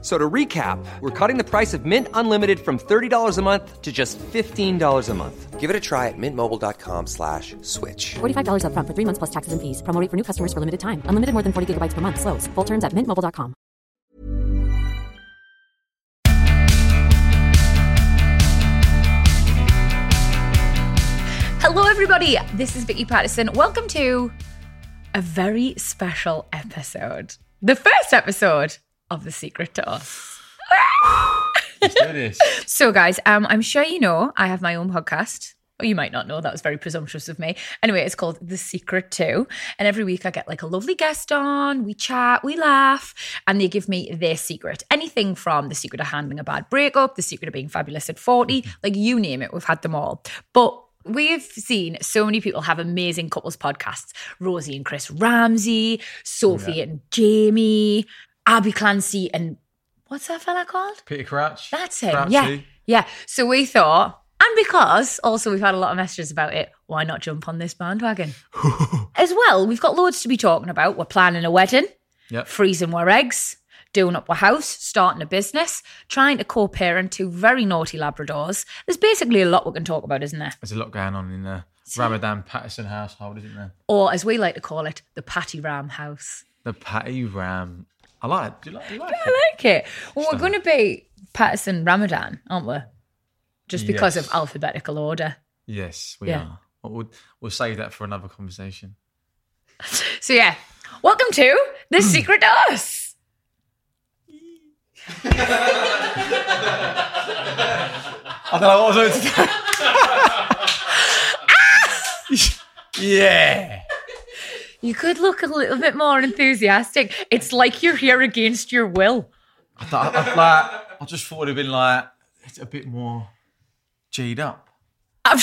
So to recap, we're cutting the price of Mint Unlimited from $30 a month to just $15 a month. Give it a try at mintmobile.com slash switch. $45 upfront for three months plus taxes and fees. Promo rate for new customers for limited time. Unlimited more than 40 gigabytes per month. Slows. Full terms at mintmobile.com. Hello, everybody. This is Vicky Patterson. Welcome to a very special episode. The first episode of The Secret to Us. So, guys, um, I'm sure you know I have my own podcast. Or you might not know. That was very presumptuous of me. Anyway, it's called The Secret 2. And every week I get like a lovely guest on, we chat, we laugh, and they give me their secret. Anything from the secret of handling a bad breakup, the secret of being fabulous at 40, like you name it, we've had them all. But We've seen so many people have amazing couples podcasts. Rosie and Chris Ramsey, Sophie and Jamie, Abby Clancy, and what's that fella called? Peter Crouch. That's him. Crouchy. Yeah. Yeah. So we thought, and because also we've had a lot of messages about it, why not jump on this bandwagon? As well, we've got loads to be talking about. We're planning a wedding, Yep. freezing our eggs, doing up our house, starting a business, trying to co parent two very naughty Labradors. There's basically a lot we can talk about, isn't there? There's a lot going on in the Ramadan Patterson household, isn't there? Or as we like to call it, the Patty Ram house. The Patty Ram. I like it. Do you like, do you like I it? like it. Well, we're going to be Patterson Ramadan, aren't we? Just because Yes. of alphabetical order. Yes, we Yeah. are. Well, We'll, we'll save that for another conversation. So yeah, welcome to the secret to us. I don't know what I was going to do. yeah. You could look a little bit more enthusiastic. It's like you're here against your will. I, thought, I, I, like, I just thought it'd been like it's a bit more G'd up. I've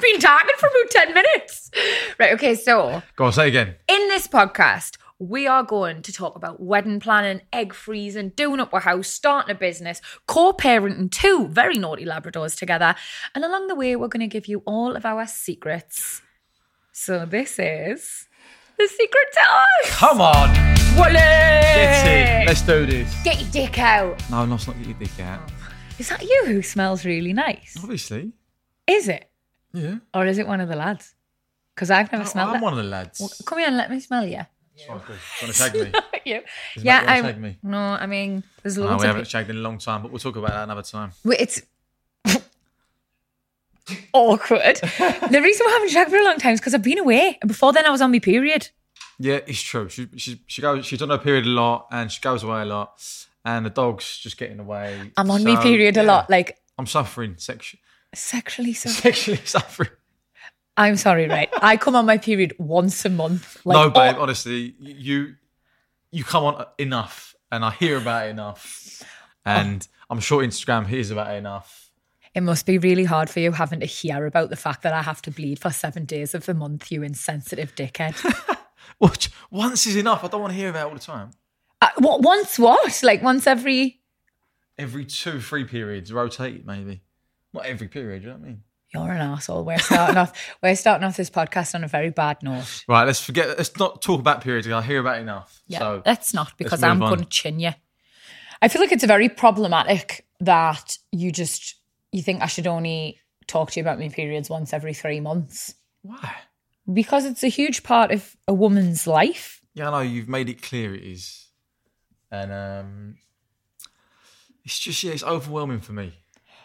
been talking for about ten minutes. Right. Okay. So Go on, say again. in this podcast. We are going to talk about wedding planning, egg freezing, doing up our house, starting a business, co parenting two very naughty Labradors together. And along the way, we're going to give you all of our secrets. So, this is the secret to us. Come on. Wally! Get it. Let's do this. Get your dick out. No, let's not get your dick out. Is that you who smells really nice? Obviously. Is it? Yeah. Or is it one of the lads? Because I've never smelled Oh, I'm that. one of the lads. Come here and let me smell you. Trying to shag me. you. Is Yeah, Matt gonna shag I. me? No, I mean, there's No, loads we of haven't people. shagged in a long time, but we'll talk about that another time. Wait, It's awkward. the reason we haven't shagged for a long time is because I've been away. And before then, I was on my period. Yeah, it's true. She she she goes. She's on her period a lot, and she goes away a lot, and the dog's just getting away. I'm on So, my period a yeah, lot, like I'm suffering sexually. sexually. So Sexually suffering. I'm sorry, right? I come on my period once a month. Like, no, babe. oh, honestly, you you come on enough, and I hear about it enough, Oh. and I'm sure Instagram hears about it enough. It must be really hard for you having to hear about the fact that I have to bleed for seven days of the month, you insensitive dickhead. What? Once is enough. I don't want to hear about it all the time. uh, what, once what? Like once every. Every two, three periods, rotate maybe. Not every period. You know what I mean? You're an asshole. We're starting off. We're starting off this podcast on a very bad note. Right. Let's forget. Let's not talk about periods. 'cause I hear about it enough. Yeah, So that's not because move I'm on. going to chin you. I feel like it's very problematic that you just you think I should only talk to you about my periods once every three months why? because it's a huge part of a woman's life. Yeah, I know you've made it clear it is, and um, it's just yeah, it's overwhelming for me.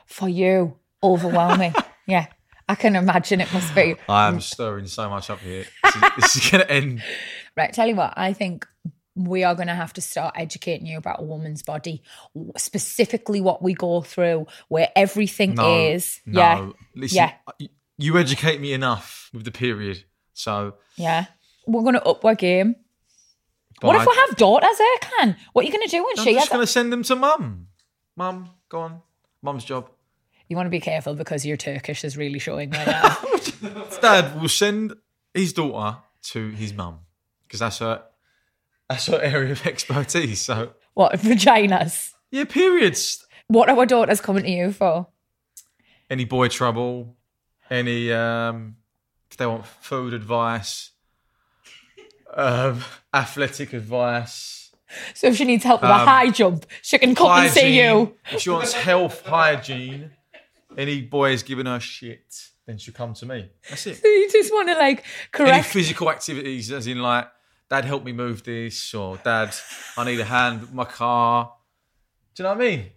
for you overwhelming yeah i can imagine it must be I am stirring so much up here. This is, this is gonna end. right tell you what i think we are going to have to start educating you about a woman's body w- specifically what we go through where everything No, is no. yeah Listen, Yeah. you- you educate me enough with the period. So yeah we're going to up our game what if bye. we have daughters there can what are you going to do when I'm she has just gonna send them to mum. Mum, go on. Mum's job. you want to be careful because your turkish is really showing right now Dad will send his daughter to his mum because that's her. That's her area of expertise. So What vaginas? Yeah, periods. What are our daughters coming to you for? Any boy trouble? Any um, if they want food advice, um, athletic advice, So if she needs help Um, with a high jump, she can come and see you. If she wants health hygiene, any boys giving her shit, then she'll come to me. That's it. You just want to like any correct. physical activities, as in like, Dad, help me move this, or Dad, I need a hand with my car. Do you know what I mean?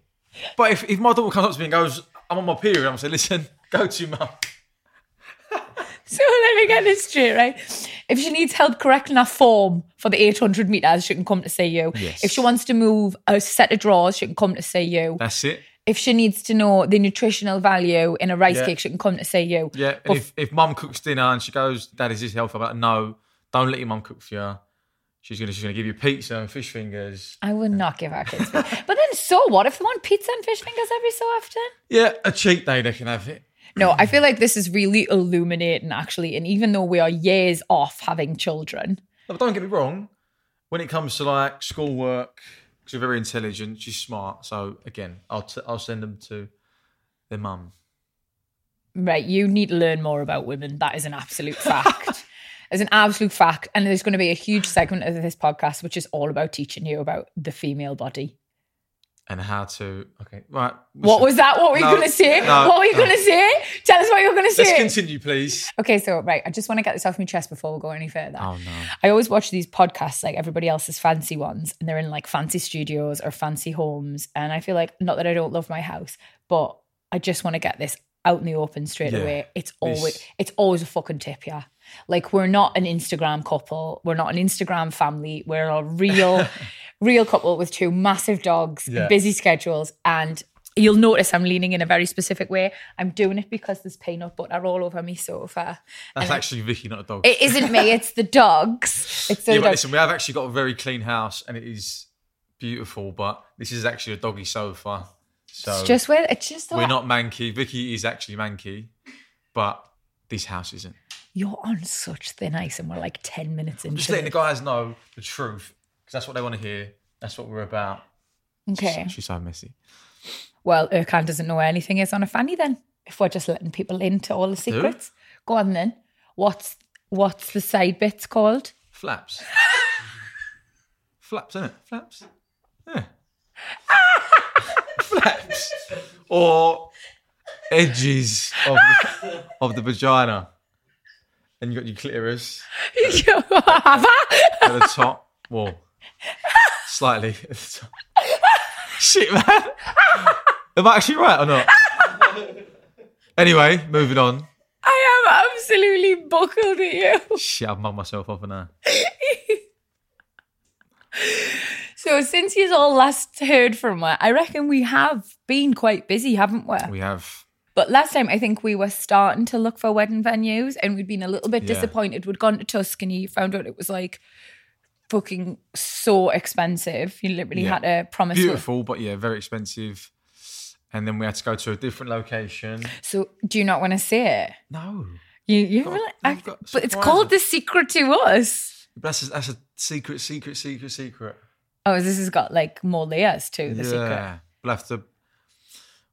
But if, if my daughter comes up to me and goes, I'm on my period, I'm gonna say, listen, go to mum. so let me get this straight, right? If she needs help correcting her form for the 800 meters, she can come to see you. Yes. If she wants to move a set of drawers, she can come to see you. That's it. if she needs to know the nutritional value in a rice Yeah. cake, she can come to see you. Yeah. And if, if mum cooks dinner and she goes, Dad, is this healthy? I'm like, no, don't let your mum cook for you. She's gonna she's gonna give you pizza and fish fingers. I would not give our kids. but then, so what if they want pizza and fish fingers every so often? Yeah, a cheat day they can have it. No, I feel like this is really illuminating, actually. And even though we are years off having children, No, but don't get me wrong. When it comes to like schoolwork, because you're very intelligent, she's smart. So again, I'll t- I'll send them to their mum. right, you need to learn more about women. That is an absolute fact. It's an absolute fact. And there's going to be a huge segment of this podcast, which is all about teaching you about the female body. And how to okay, right? What was that? What were you No, going to say? no, what were you no. going to say? Tell us what you were going to say. Let's continue, please. Okay, so right, I just want to get this off my chest before we go any further. Oh no! I always watch these podcasts, like everybody else's fancy ones, and they're in like fancy studios or fancy homes. And I feel like, not that I don't love my house, but I just want to get this out in the open straight Yeah. away. It's always This- it's always a fucking tip, yeah. Like we're not an Instagram couple, we're not an Instagram family, we're a real, real couple with two massive dogs, Yeah. busy schedules, and you'll notice I'm leaning in a very specific way. I'm doing it because there's peanut butter all over me sofa. That's actually Vicky, not a dog. It isn't me, it's the dogs. It's the yeah, but dogs. listen, we have actually got a very clean house, and it is beautiful. But this is actually a doggy sofa, so It's just where it's just the we're way- not manky. Vicky is actually manky, but this house isn't. you're on such thin ice and we're like 10 minutes into Just letting the it. guys know the truth, because that's what they want to hear. That's what we're about. okay She's so messy. well Erkan doesn't know where anything is on a fanny then if we're just letting people into all the secrets go on then what's what's the side bits called Flaps. Flaps, isn't it? Flaps. Yeah. Flaps. Or edges of the, of the vagina. And you got your clitoris have I? at the top. Well, slightly at the top. Shit, man. Am I actually right or not? Anyway, moving on. I am absolutely buckled at you Shit, I've mugged myself off and uh, I. so since you all last heard from her I reckon we have been quite busy haven't we We have But last time, I think we were starting to look for wedding venues, and we'd been a little bit Yeah. disappointed. We'd gone to Tuscany, found out it was like fucking so expensive. You literally Yeah. had to promise. beautiful, but yeah, very expensive. And then we had to go to a different location. So, do you not want to say it? No, You, you Got- really, I've I- got but it's surprises. called the secret to us. But that's a, that's a secret, secret, secret, secret. Oh, this has got like more layers to the secret. we'll have to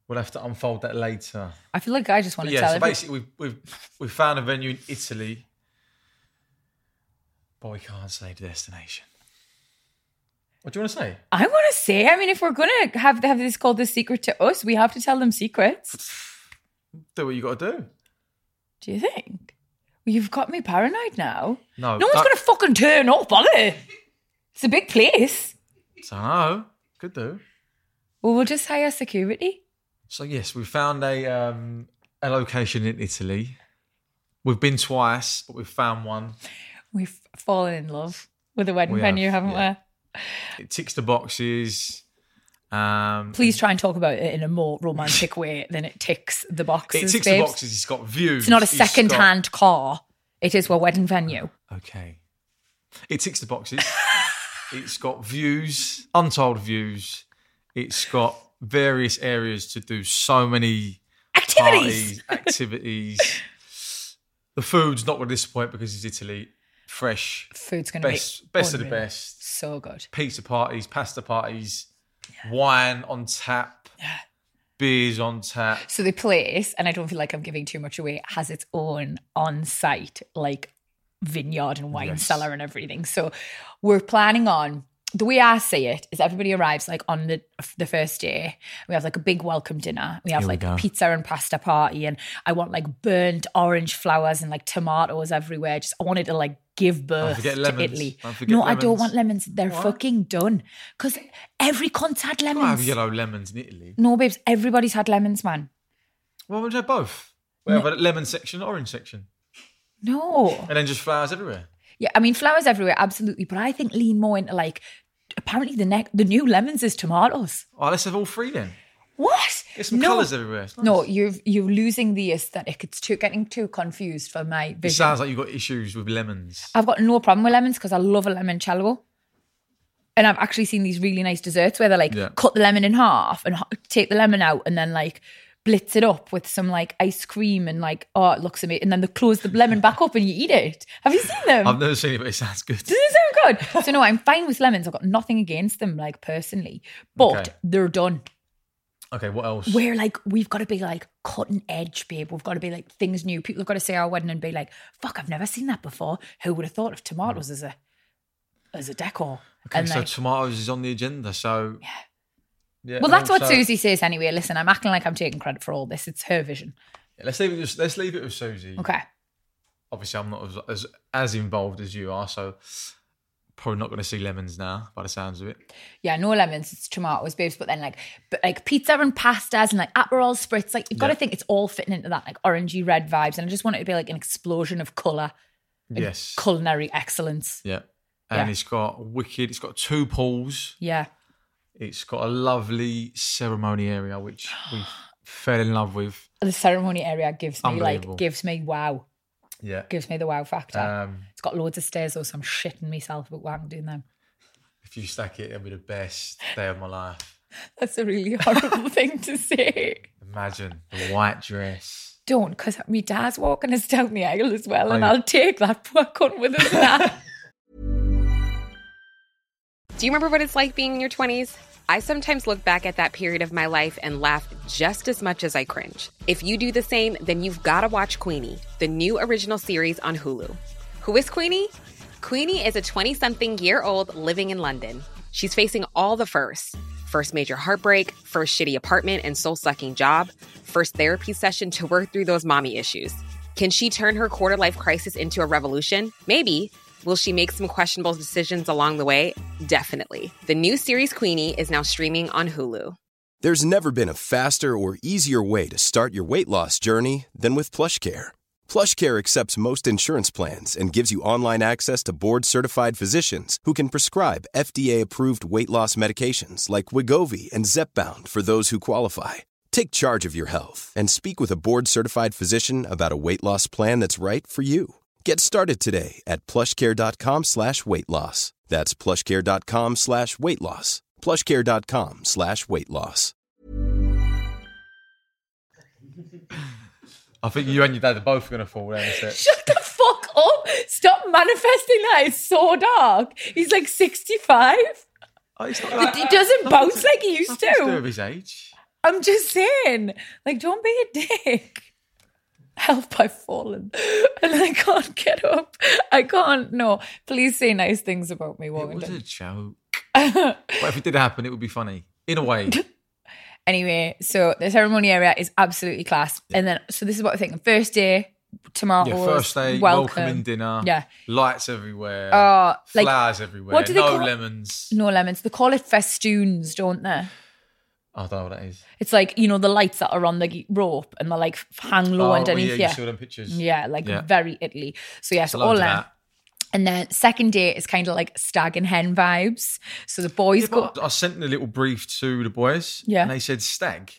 we'll have to unfold that later. I feel like I just want to yeah, tell so every- basically we've we've we found a venue in Italy, but we can't say the destination. What do you want to say? I want to say. I mean, if we're gonna have have this called the secret to us, we have to tell them secrets. Do what you got to do. Do you think? Well, you've got me paranoid now. No, No one's that- going to fucking turn up, are they? It's a big place. So no, could do. Well, we'll just hire security. So yes, we found a um, a location in Italy. We've been twice, but we've found one. We've fallen in love with a wedding We have, venue, haven't yeah. we? It ticks the boxes. Um, Please try and talk about it in a more romantic way than it ticks the boxes. it ticks the babes. boxes. It's got views. It's not a it's got- second-hand car. It is a wedding venue. Okay. It ticks the boxes. it's got views, untold views. It's got various areas to do so many Activities. parties, activities. the food's not going to disappoint because it's Italy. fresh, Food's going to be best, best of the unreal. best. So good. Pizza parties, pasta parties, wine on tap, beers on tap. So the place, and I don't feel like I'm giving too much away, has its own on-site like vineyard and wine Yes. cellar and everything. So we're planning on the way I see it is everybody arrives like on the the first day. We have like a big welcome dinner. We have Here we like go. pizza and pasta party, and I want like burnt orange flowers and like tomatoes everywhere. Just I wanted to like give birth forget to lemons. Italy. Don't forget no, I don't lemons. want lemons. They're What? fucking done because every cunt's had I have lemons. yellow lemons in Italy. No, babes, everybody's had lemons, man. Why would you have both? We have a lemon section, orange section, No. and then just flowers everywhere. Yeah, I mean flowers everywhere, absolutely. But I think lean more into like apparently the neck the new lemons is tomatoes. Oh, let's have all three then. What? Get some no. colours everywhere. It's nice. No, you're you're losing the aesthetic. It's too getting too confused for my It vision. sounds like you've got issues with lemons. I've got no problem with lemons because I love a limoncello. And I've actually seen these really nice desserts where they're like Yeah. cut the lemon in half and ho- take the lemon out and then like blitz it up with some like ice cream and like oh it looks amazing and then they close the lemon back up and you eat it. Have you seen them? I've never seen it, but it sounds good. Doesn't it sound good? So no, I'm fine with lemons. I've got nothing against them, like personally. But Okay. they're done. Okay, what else? We're like, we've got to be like cutting edge, babe. We've got to be like things new. People have got to say our wedding and be like, fuck, I've never seen that before. Who would have thought of tomatoes as a as a decor? Okay, and so like, tomatoes is on the agenda. So yeah, um, well, that's what also- Susie says anyway. Listen, I'm acting like I'm taking credit for all this. It's her vision. Yeah, Let's leave it. Just, let's leave it with Susie. Okay. Obviously, I'm not as as, as involved as you are, so probably not going to see lemons now. By the sounds of it, Yeah, no lemons, it's tomatoes, babes. But then like, but like pizza and pastas and like Aperol spritz. Like you've got to Yeah. think it's all fitting into that like orangey red vibes. And I just want it to be like an explosion of color, yes, culinary excellence. yeah. And Yeah. it's got wicked. It's got two pools. Yeah, It's got a lovely ceremony area, which we fell in love with. the ceremony area gives me like Unbelievable. gives me wow, Yeah. gives me the wow factor. Um, it's got loads of stairs though, so I'm shitting myself about why I'm doing them. if you stack it, it'll be the best day of my life. That's a really horrible thing to say. Imagine the white dress. Don't, because my dad's walking us down the aisle as well, and yeah. I'll take that poor cunt with us now. Do you remember what it's like being in your 20s? I sometimes look back at that period of my life and laugh just as much as I cringe. If you do the same, then you've got to watch Queenie, the new original series on Hulu. Who is Queenie? Queenie is a 20 something year old living in London. She's facing all the firsts first major heartbreak, first shitty apartment and soul sucking job, first therapy session to work through those mommy issues. Can she turn her quarter life crisis into a revolution? Maybe. Will she make some questionable decisions along the way? Definitely. The new series Queenie is now streaming on Hulu. There's never been a faster or easier way to start your weight loss journey than with PlushCare. PlushCare accepts most insurance plans and gives you online access to board-certified physicians who can prescribe FDA-approved weight loss medications like Wigovi and Zepbound for those who qualify. Take charge of your health and speak with a board-certified physician about a weight loss plan that's right for you. Get started today at plushcare.com slash weight loss. That's plushcare.com slash weight loss. Plushcare.com slash weight loss. I think you and your dad are both going to fall down the steps. Shut the fuck up. Stop manifesting that. It's so dark. He's like 65. Oh, it's not It doesn't bounce like it used nothing to do with to. his age. I'm just saying, like, don't be a dick. Help, I've fallen and I can't get up. I can't. No, please say nice things about me, It was a Warrington. joke. but if it did happen, it would be funny in a way. Anyway, so the ceremony area is absolutely class. And then, so this is what I'm thinking first day, tomorrow. Yeah, first day, welcoming dinner, Yeah. lights everywhere, Uh, like, flowers everywhere, what do they no call- lemons. No lemons. They call it festoons, don't they? Oh, I don't know what that is. It's like you know the lights that are on the g- rope and they like f- hang low oh, underneath. yeah, Yeah, you saw them pictures. Yeah, like Yeah. very Italy. So yeah, so all Loads of that. And then second day is kind of like stag and hen vibes. So the boys Yeah, go. but I sent a little brief to the boys, Yeah. and they said stag,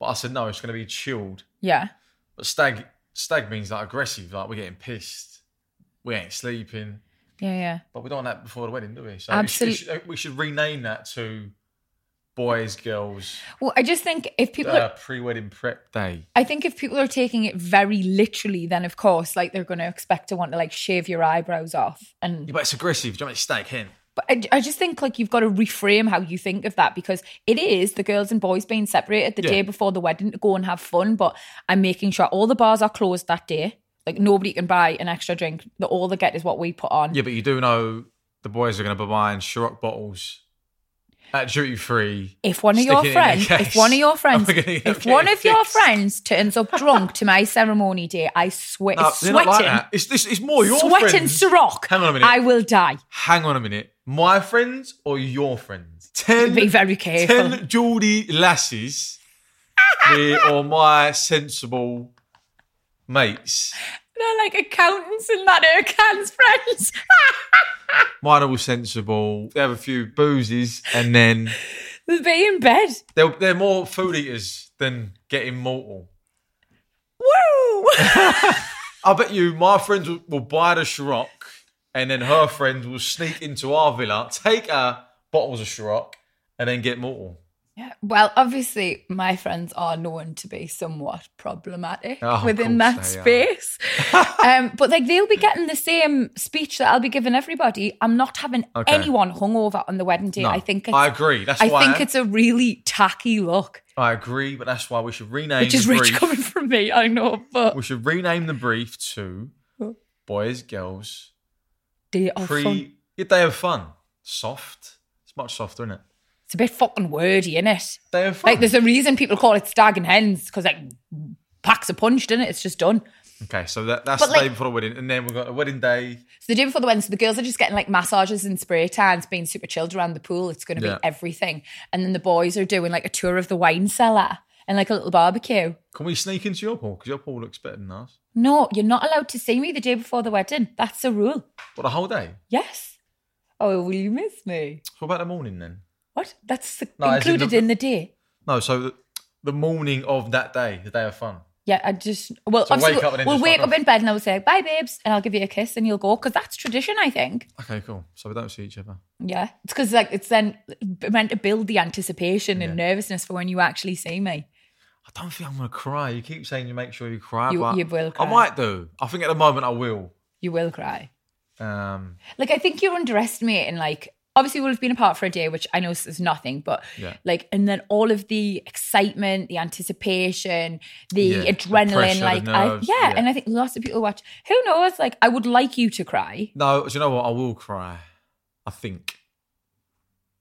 but I said no, it's going to be chilled. Yeah, But stag, stag means like aggressive, like we're getting pissed, we ain't sleeping, yeah, yeah. but uh, we don't want that before the wedding, do we? So it sh- it Absolute- sh- we should rename that to boys, girls, Well, I just think if people uh, are, pre-wedding prep day. I think if people are taking it very literally, then of course, like they're going to expect to want to like shave your eyebrows off. And Yeah, but it's aggressive. Do you want me to snag him? but I, I just think like you've got to reframe how you think of that because it is the girls and boys being separated the Yeah. day before the wedding to go and have fun. But I'm making sure all the bars are closed that day. Like nobody can buy an extra drink. That all they get is what we put on. Yeah, but you do know the boys are going to be buying Ciroc bottles at duty free. if one of Stick your it in friends, your if case. one of your friends, I'm gonna if get one of your fixed. friends turns up drunk to my ceremony day, I swear, No, they're sweating, not like that. It's, this, it's more your sweating friends. Ciroc, Hang on a minute. I will die. Hang on a minute. My friends or your friends? Ten. Be very careful. Ten Geordie lasses here or my sensible mates. They're like accountants and that uh, are cans friends. Mine are all sensible. They have a few boozes and then They'll be in bed. they're, they're more food eaters than getting mortal. Woo! I bet you my friends will, will buy the Ciroc and then her friends will sneak into our villa, take our bottles of Ciroc and then get mortal. well, obviously, my friends are known to be somewhat problematic Oh, of within course that they space. um, but like they'll be getting the same speech that I'll be giving everybody. I'm not having Okay. anyone hungover on the wedding day. No, I think it's, I agree. That's I why think it's a really tacky look, I agree, but that's why we should rename which is the rich brief. coming from me. I know, but We should rename the brief to Boys, Girls, day of Pre Oh, fun. Yeah, Day of Fun. Soft. It's much softer, isn't it? It's a bit fucking wordy, isn't it? Day of Fun. Like, there's a reason people call it stag and hens because like packs a punch, doesn't it? It's just done. okay, so that, that's But, the like- day before the wedding. And then we've got a wedding day. So the day before the wedding, so the girls are just getting like massages and spray tans, being super chilled around the pool. It's going to Yeah. be everything. And then the boys are doing like a tour of the wine cellar and like a little barbecue. Can we sneak into your pool? Because your pool looks better than ours. No, you're not allowed to see me the day before the wedding. That's a rule. What, the whole day? Yes. Oh, will you miss me? What about the morning then? What? That's No, it's in included the- in the day. No, so the, the morning of that day, the day of fun. Yeah, I just well, So obviously wake up and then we'll just wake fuck up off. in bed and I'll say bye, babes, and I'll give you a kiss and you'll go because that's tradition, I think. Okay, cool. So we don't see each other. Yeah, it's because like it's then meant to build the anticipation and nervousness for when you actually see me. I don't think I'm going to cry. You keep saying you make sure you cry. You- but you will I cry. might do. I think at the moment I will. You will cry. Um, Like I think you're underestimating. Like obviously we'll have been apart for a day, which I know is nothing, but Yeah. like and then all of the excitement, the anticipation, the Yeah, the adrenaline. pressure, the like I, nerves, yeah, yeah. and I think lots of people watch. Who knows? Like I would like you to cry. no, do you know what? I will cry. I think.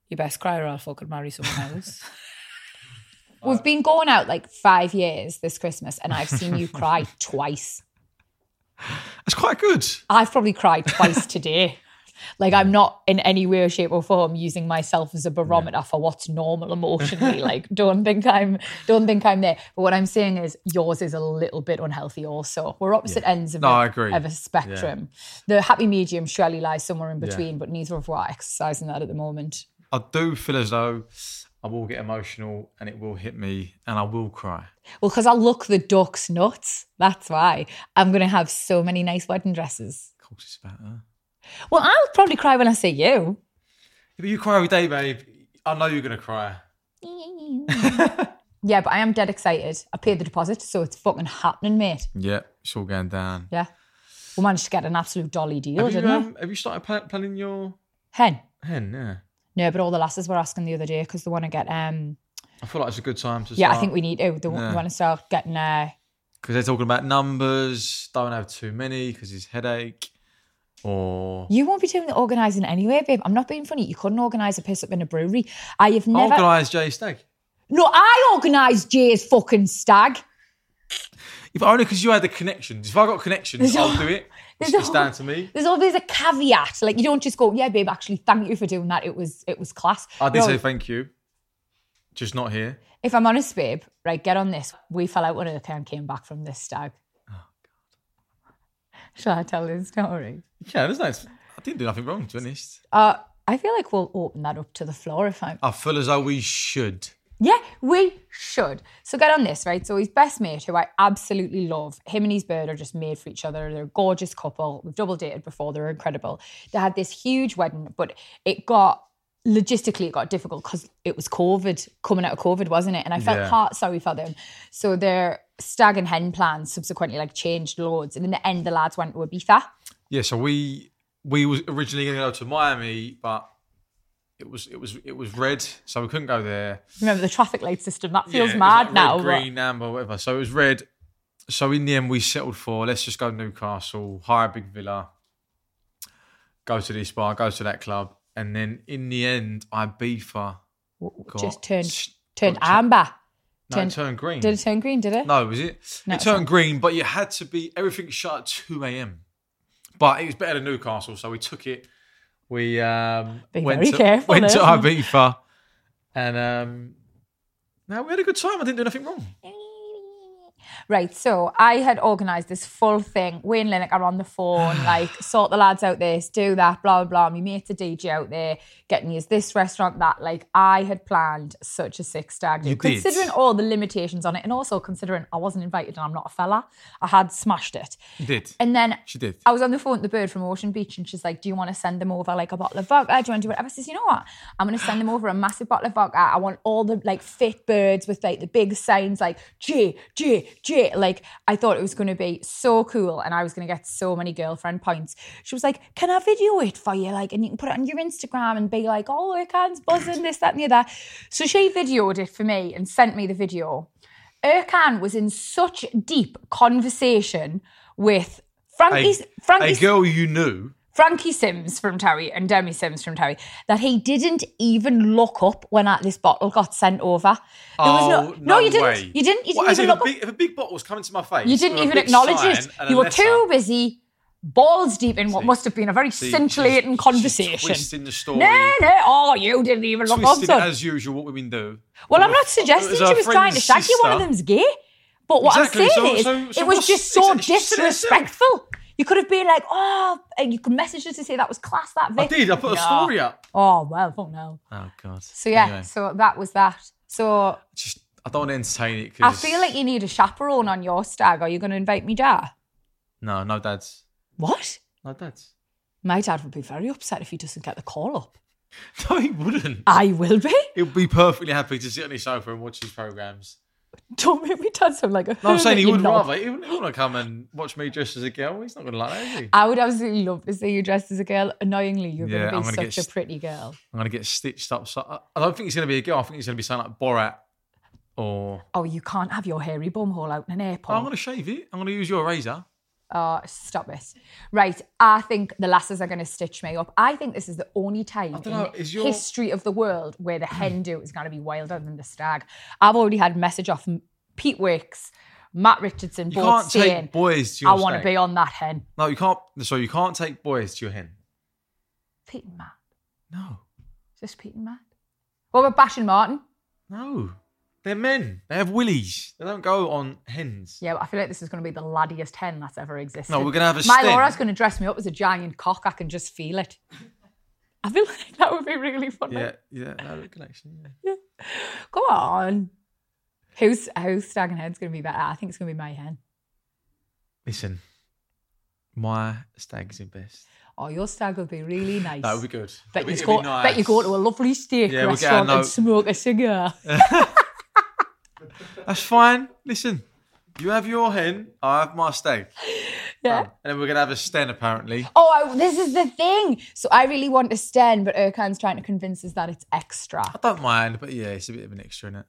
You best cry or I'll fucking marry someone else. We've been going out like five years this Christmas, and I've seen you cry twice. That's quite good. I've probably cried twice today. Like I'm not in any way, shape, or form using myself as a barometer for what's normal emotionally. like don't think I'm don't think I'm there. But what I'm saying is yours is a little bit unhealthy. Also, we're opposite ends of, No, a, I agree. of a spectrum. The happy medium surely lies somewhere in between, but neither of us are exercising that at the moment. I do feel as though I will get emotional and it will hit me and I will cry. Well, because I look the duck's nuts. That's why I'm going to have so many nice wedding dresses. Of course, it's about her. Well, I'll probably cry when I see you. But you cry every day, babe. I know you're going to cry. Yeah, but I am dead excited. I paid the deposit, so it's fucking happening, mate. Yeah, it's all going down. Yeah. We managed to get an absolute dolly deal, Have you, didn't we? um, have you started pla- planning your Hen. hen? Yeah. No, but all the lasses were asking the other day because they want to get. um I feel like it's a good time to Yeah, I start. think we need to. They Yeah. want to start getting. Uh, because they're talking about numbers. Don't have too many because his headache. Or you won't be doing the organising anyway, babe. I'm not being funny. You couldn't organise a piss up in a brewery. I have never. organise Jay Stag. No, I organised Jay's fucking stag. If only because you had the connections. If I got connections, I'll do it. It's, there's it's al- down to me. There's always a caveat. Like you don't just go, yeah, babe. Actually, thank you for doing that. It was it was class. I did No, say thank you, just not here. if I'm honest, babe, right, get on this. We fell out one of the and came back from this stag. Shall I tell this story? Yeah, there's no. I didn't do nothing wrong, to be honest. Uh, I feel like we'll open that up to the floor if I'm. I feel as though we should. Yeah, we should. So get on this, right? So his best mate, who I absolutely love, him and his bird are just made for each other. They're a gorgeous couple. We've double dated before. They're incredible. They had this huge wedding, but it got logistically it got difficult because it was COVID, coming out of COVID, wasn't it? And I felt Yeah. heart sorry for them. So their stag and hen plans subsequently like changed loads. And in the end, the lads went to Ibiza. Yeah, so we we was originally going to go to Miami, but it was it was it was red, so we couldn't go there. Remember the traffic light system? That feels Yeah, it was mad like red, now. but- green, amber, whatever. So it was red. So in the end, we settled for let's just go to Newcastle, hire a big villa, go to this bar, go to that club, and then in the end, Ibiza got just turned sh- turned got ch- amber. No, it turned green. Did it turn green? Did it? No, was it? No, it it's turned green, but you had to be everything shut at two a.m. But it was better than Newcastle, so we took it. We um, Be went very to careful went to there. Ibiza, and um, now we had a good time. I didn't do nothing wrong. Right, so I had organised this full thing. Wayne Linnick are on the phone, like, sort the lads out this, do that, blah, blah, blah. My mate's a DJ out there, getting used this restaurant, that. Like, I had planned such a sick stag do. You did. Considering all the limitations on it, and also considering I wasn't invited and I'm not a fella, I had smashed it. You did. And then She did. I was on the phone with the bird from Ocean Beach, and she's like, "Do you want to send them over like a bottle of vodka? Do you want to do whatever?" I says, "You know what? I'm going to send them over a massive bottle of vodka. I want all the like fit birds with like the big signs like J J J." Like I thought it was going to be so cool, and I was going to get so many girlfriend points. She was like, "Can I video it for you? Like, and you can put it on your Instagram and be like, all her cans buzzing this, that, and the other." So she videoed it for me and sent me the video. Erkan was in such deep conversation with Frankie, a, Frankie, a girl you knew. Frankie Sims from Terry and Demi Sims from Terry that he didn't even look up when uh, this bottle got sent over. There was oh, no, you didn't. way. You didn't. You didn't What, as even if look a up. big, If a big bottle was coming to my face, you didn't with a even big acknowledge sign it. and a You were letter, too busy, balls deep in what See, must have been a very see, she's- scintillating she's conversation. twisting the story. No, no. Oh, you didn't even look up. twisting it son. as usual, what women do. Well, I'm It not was suggesting she her was trying to friend's shag you. One of sister. them's gay. But what Exactly, I'm so- saying is, so- so it was what's- just so exactly, she said it herself. disrespectful. You could have been like, oh, and you could message her to say that was class, that I Vic. did. I put a No. story up. Oh, well, fuck no. Oh god. So, yeah, Anyway, so that was that. So, just I don't want to entertain it. I 'cause- feel like you need a chaperone on your stag. Are you going to invite me, Dad? no, no dads, What? no dads. My dad would be very upset if he doesn't get the call up. No, he wouldn't. I will be. He'll be perfectly happy to sit on his sofa and watch his programs. Don't make me dad sound like a. No, I'm saying he hermit, you would knob. rather. He wouldn't want to come and watch me dressed as a girl. He's not going to like that, is he? I would absolutely love to see you dressed as a girl. Annoyingly, you're Yeah, I'm going to gonna be get such s- a pretty girl. I'm going to get stitched up. So I- I don't think he's going to be a girl. I think he's going to be something like Borat or. Oh, you can't have your hairy bum hole out in an airport. I'm going to shave it. I'm going to use your razor. Oh, stop it. Right. I think the lasses are going to stitch me up. I think this is the only time don't in know, the is your- history of the world where the hen do is going to be wilder than the stag. I've already had message off m- Pete Wicks, Matt Richardson, You both can't saying, take boys to your I want to stag. be on that hen. No, you can't. So you can't take boys to your hen. Pete and Matt. No, Is this Pete and Matt? What about Bash and Martin? no. They're men. They have willies. They don't go on hens. Yeah, but I feel like this is going to be the laddiest hen that's ever existed. No, we're gonna have a My sting. Laura's going to dress me up as a giant cock. I can just feel it. I feel like that would be really funny. Yeah, yeah. No, good connection. Yeah. Come on. Who's who's stag and hen's going to be better? I think it's going to be my hen. Listen, my stag's in best. Oh, your stag will be really nice. That would be good. Bet, It'd you be- go, it'd be nice. bet you go to a lovely steak Yeah, we'll get a restaurant and note. smoke a cigar. That's fine. Listen, you have your hen, I have my stag. Yeah. Done. And then we're gonna have a sten apparently. Oh, I, this is the thing. So I really want a sten, but Erkan's trying to convince us that it's extra. I don't mind, but yeah, it's a bit of an extra in it.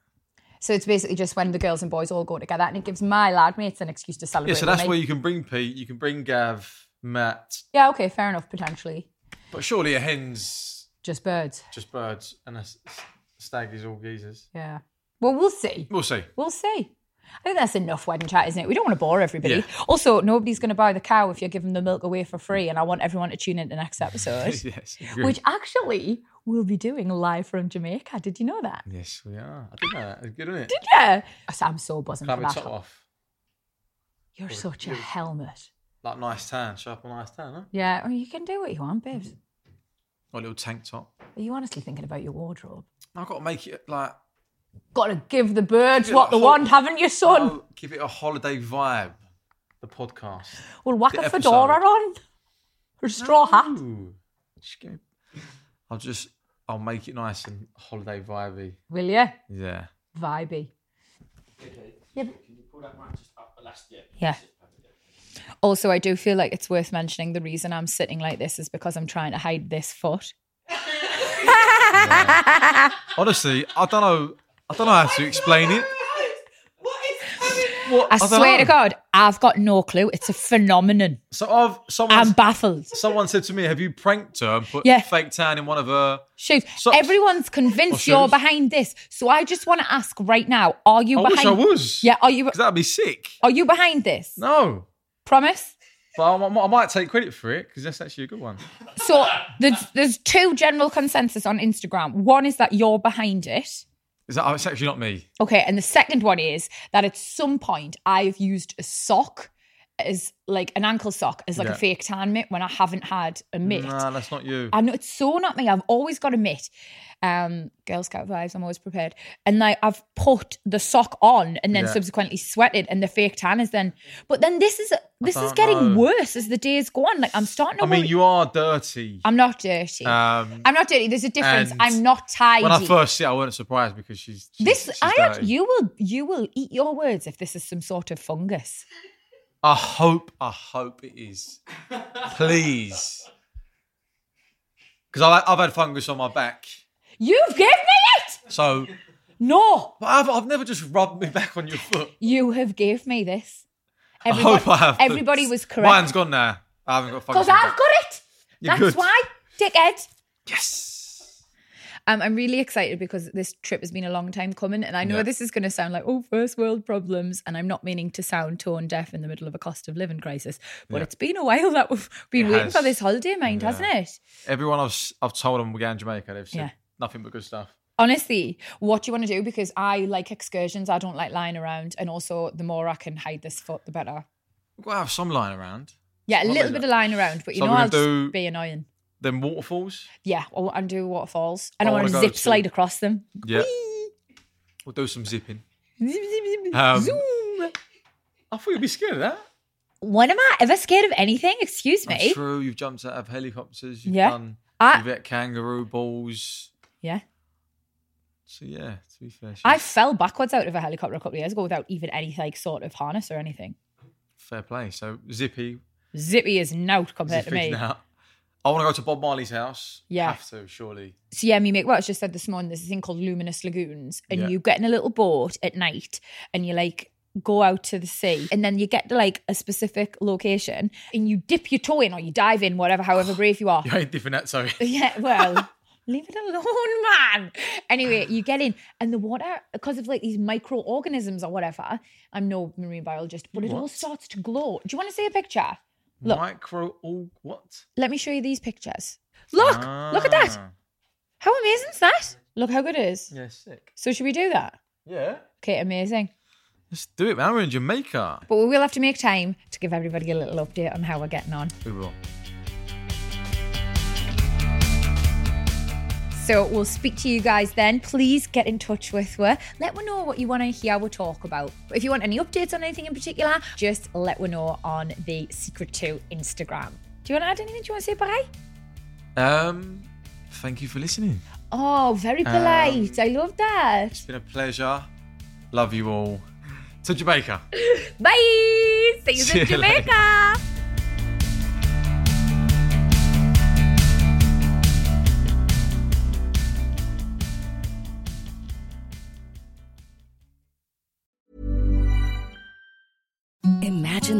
So it's basically just when the girls and boys all go together, and it gives my lad mates an excuse to celebrate. Yeah, so with that's me. where you can bring Pete, you can bring Gav, Matt, Yeah, okay, fair enough. Potentially, but surely a hen's just birds. just birds and a s- s- stag is all geezers. Yeah. Well, we'll see. We'll see. We'll see. I think that's enough wedding chat, isn't it? We don't want to bore everybody. Yeah. Also, nobody's going to buy the cow if you're giving the milk away for free, and I want everyone to tune in to next episode, yes. agree. which actually we'll be doing live from Jamaica. Did you know that? Yes, we are. I did know that. It's good, isn't it? Yeah. So I'm so buzzing Can't for be top that. off. You're such a helmet. Like nice tan, show up a nice tan, huh? Yeah, well, you can do what you want, babes. Or a little tank top. Are you honestly thinking about your wardrobe? I've got to make it like Got to give the birds Yeah, what they ho- want, haven't you, son? oh, give it a holiday vibe. The podcast. We'll whack the a episode. Oh, fedora on or a straw hat. Ooh. Just give me- I'll just I'll make it nice and holiday vibey. Will you? Yeah. Vibey. Yeah. Also, I do feel like it's worth mentioning the reason I'm sitting like this is because I'm trying to hide this foot. Honestly, I don't know. I don't know how to explain it. What? I, don't swear know. to God, I've got no clue. It's a phenomenon. So I've someone. I'm baffled. someone said to me, "Have you pranked her and put Yeah. fake tan in one of her?" Shoot, So- Oh, everyone's Or convinced shoes. you're behind this. So I just want to ask right now: Are you I wish behind? I was. Yeah, are you? 'Cause that'd be sick. Are you behind this? No, Promise. but I, I might take credit for it because that's actually a good one. So there's there's two general consensus on Instagram. One is that you're behind it. Is that? Oh, it's actually not me. Okay, and the second one is that at some point I've used a sock as like an ankle sock as like Yeah. a fake tan mitt when I haven't had a mitt. Nah, that's not you. I know it's so not me. I've always got a mitt. Um, Girl Scout vibes. I'm always prepared. And like I've put the sock on and then Yeah. subsequently sweated, and the fake tan is then. But then this is this is don't getting know. worse as the days go on. Like I'm starting to. I mean, worry- you are dirty. I'm not dirty. Um, I'm not dirty. There's a difference. and I'm not tidy. when I first see, it, I wasn't surprised because she's. she's this she's I act- dirty. you will you will eat your words if this is some sort of fungus. I hope, I hope it is. Please. Because I've had fungus on my back. You've given me it. So, No, but I've, I've never just rubbed me back on your foot. you have gave me this. I hope I have. everybody was correct. Mine's gone now. I haven't got fungus. Because on my I've back. got it. You're That's good. why, dickhead. Yes. Um, I'm really excited because this trip has been a long time coming, and I know Yeah. this is going to sound like oh first world problems, and I'm not meaning to sound tone deaf in the middle of a cost of living crisis, but it's been a while that we've been It waiting has. for this holiday, mind, hasn't it? Everyone I've s- I've told them we're going to Jamaica, they've said Yeah. nothing but good stuff. Honestly, what do you want to do? Because I like excursions. I don't like lying around, and also the more I can hide this foot, the better. We've got to have some lying around. Yeah, a What little about bit that? of lying around, but you So know we're I'll gonna do- just be annoying. Then waterfalls. Yeah, I want to do waterfalls, and I, I want to wanna go zip to- slide across them. Yeah. We'll do some zipping. Um, I thought you'd be scared of that. When am I ever scared of anything? Excuse me. That's true. You've jumped out of helicopters. You've Yeah. done. I- you've hit kangaroo balls. Yeah. So yeah, to be fair, she's I fell backwards out of a helicopter a couple of years ago without even any like sort of harness or anything. fair play. So zippy, Zippy is nout compared to zippy's me. now. I want to go to Bob Marley's house. Yeah. have to surely. So yeah, me mate Welch just said this morning there's a thing called luminous lagoons, and Yeah. you get in a little boat at night and you like go out to the sea and then you get to like a specific location and you dip your toe in or you dive in, whatever, however brave you are. You ain't different that, sorry. Yeah, well, leave it alone, man. Anyway, you get in, and the water, because of like these microorganisms or whatever, I'm no marine biologist, but it all starts to glow. Do you want to see a picture? Look. Micro all what? Let me show you these pictures. Look, look at that. Ah, How amazing is that? Look how good it is. Yeah, sick. So, should we do that? Yeah. Okay, amazing. Let's do it, man. We're in Jamaica. But we will have to make time to give everybody a little update on how we're getting on. We will. So we'll speak to you guys then. Please get in touch with her. Let me know what you want to hear we talk about. If you want any updates on anything in particular, just let me know on the Secret 2 Instagram. Do you want to add anything? Do you want to say bye? Um, thank you for listening. Oh, very Um, polite. I love that. It's been a pleasure. Love you all. To Jamaica. Bye. See you See in you later. Jamaica. Imagine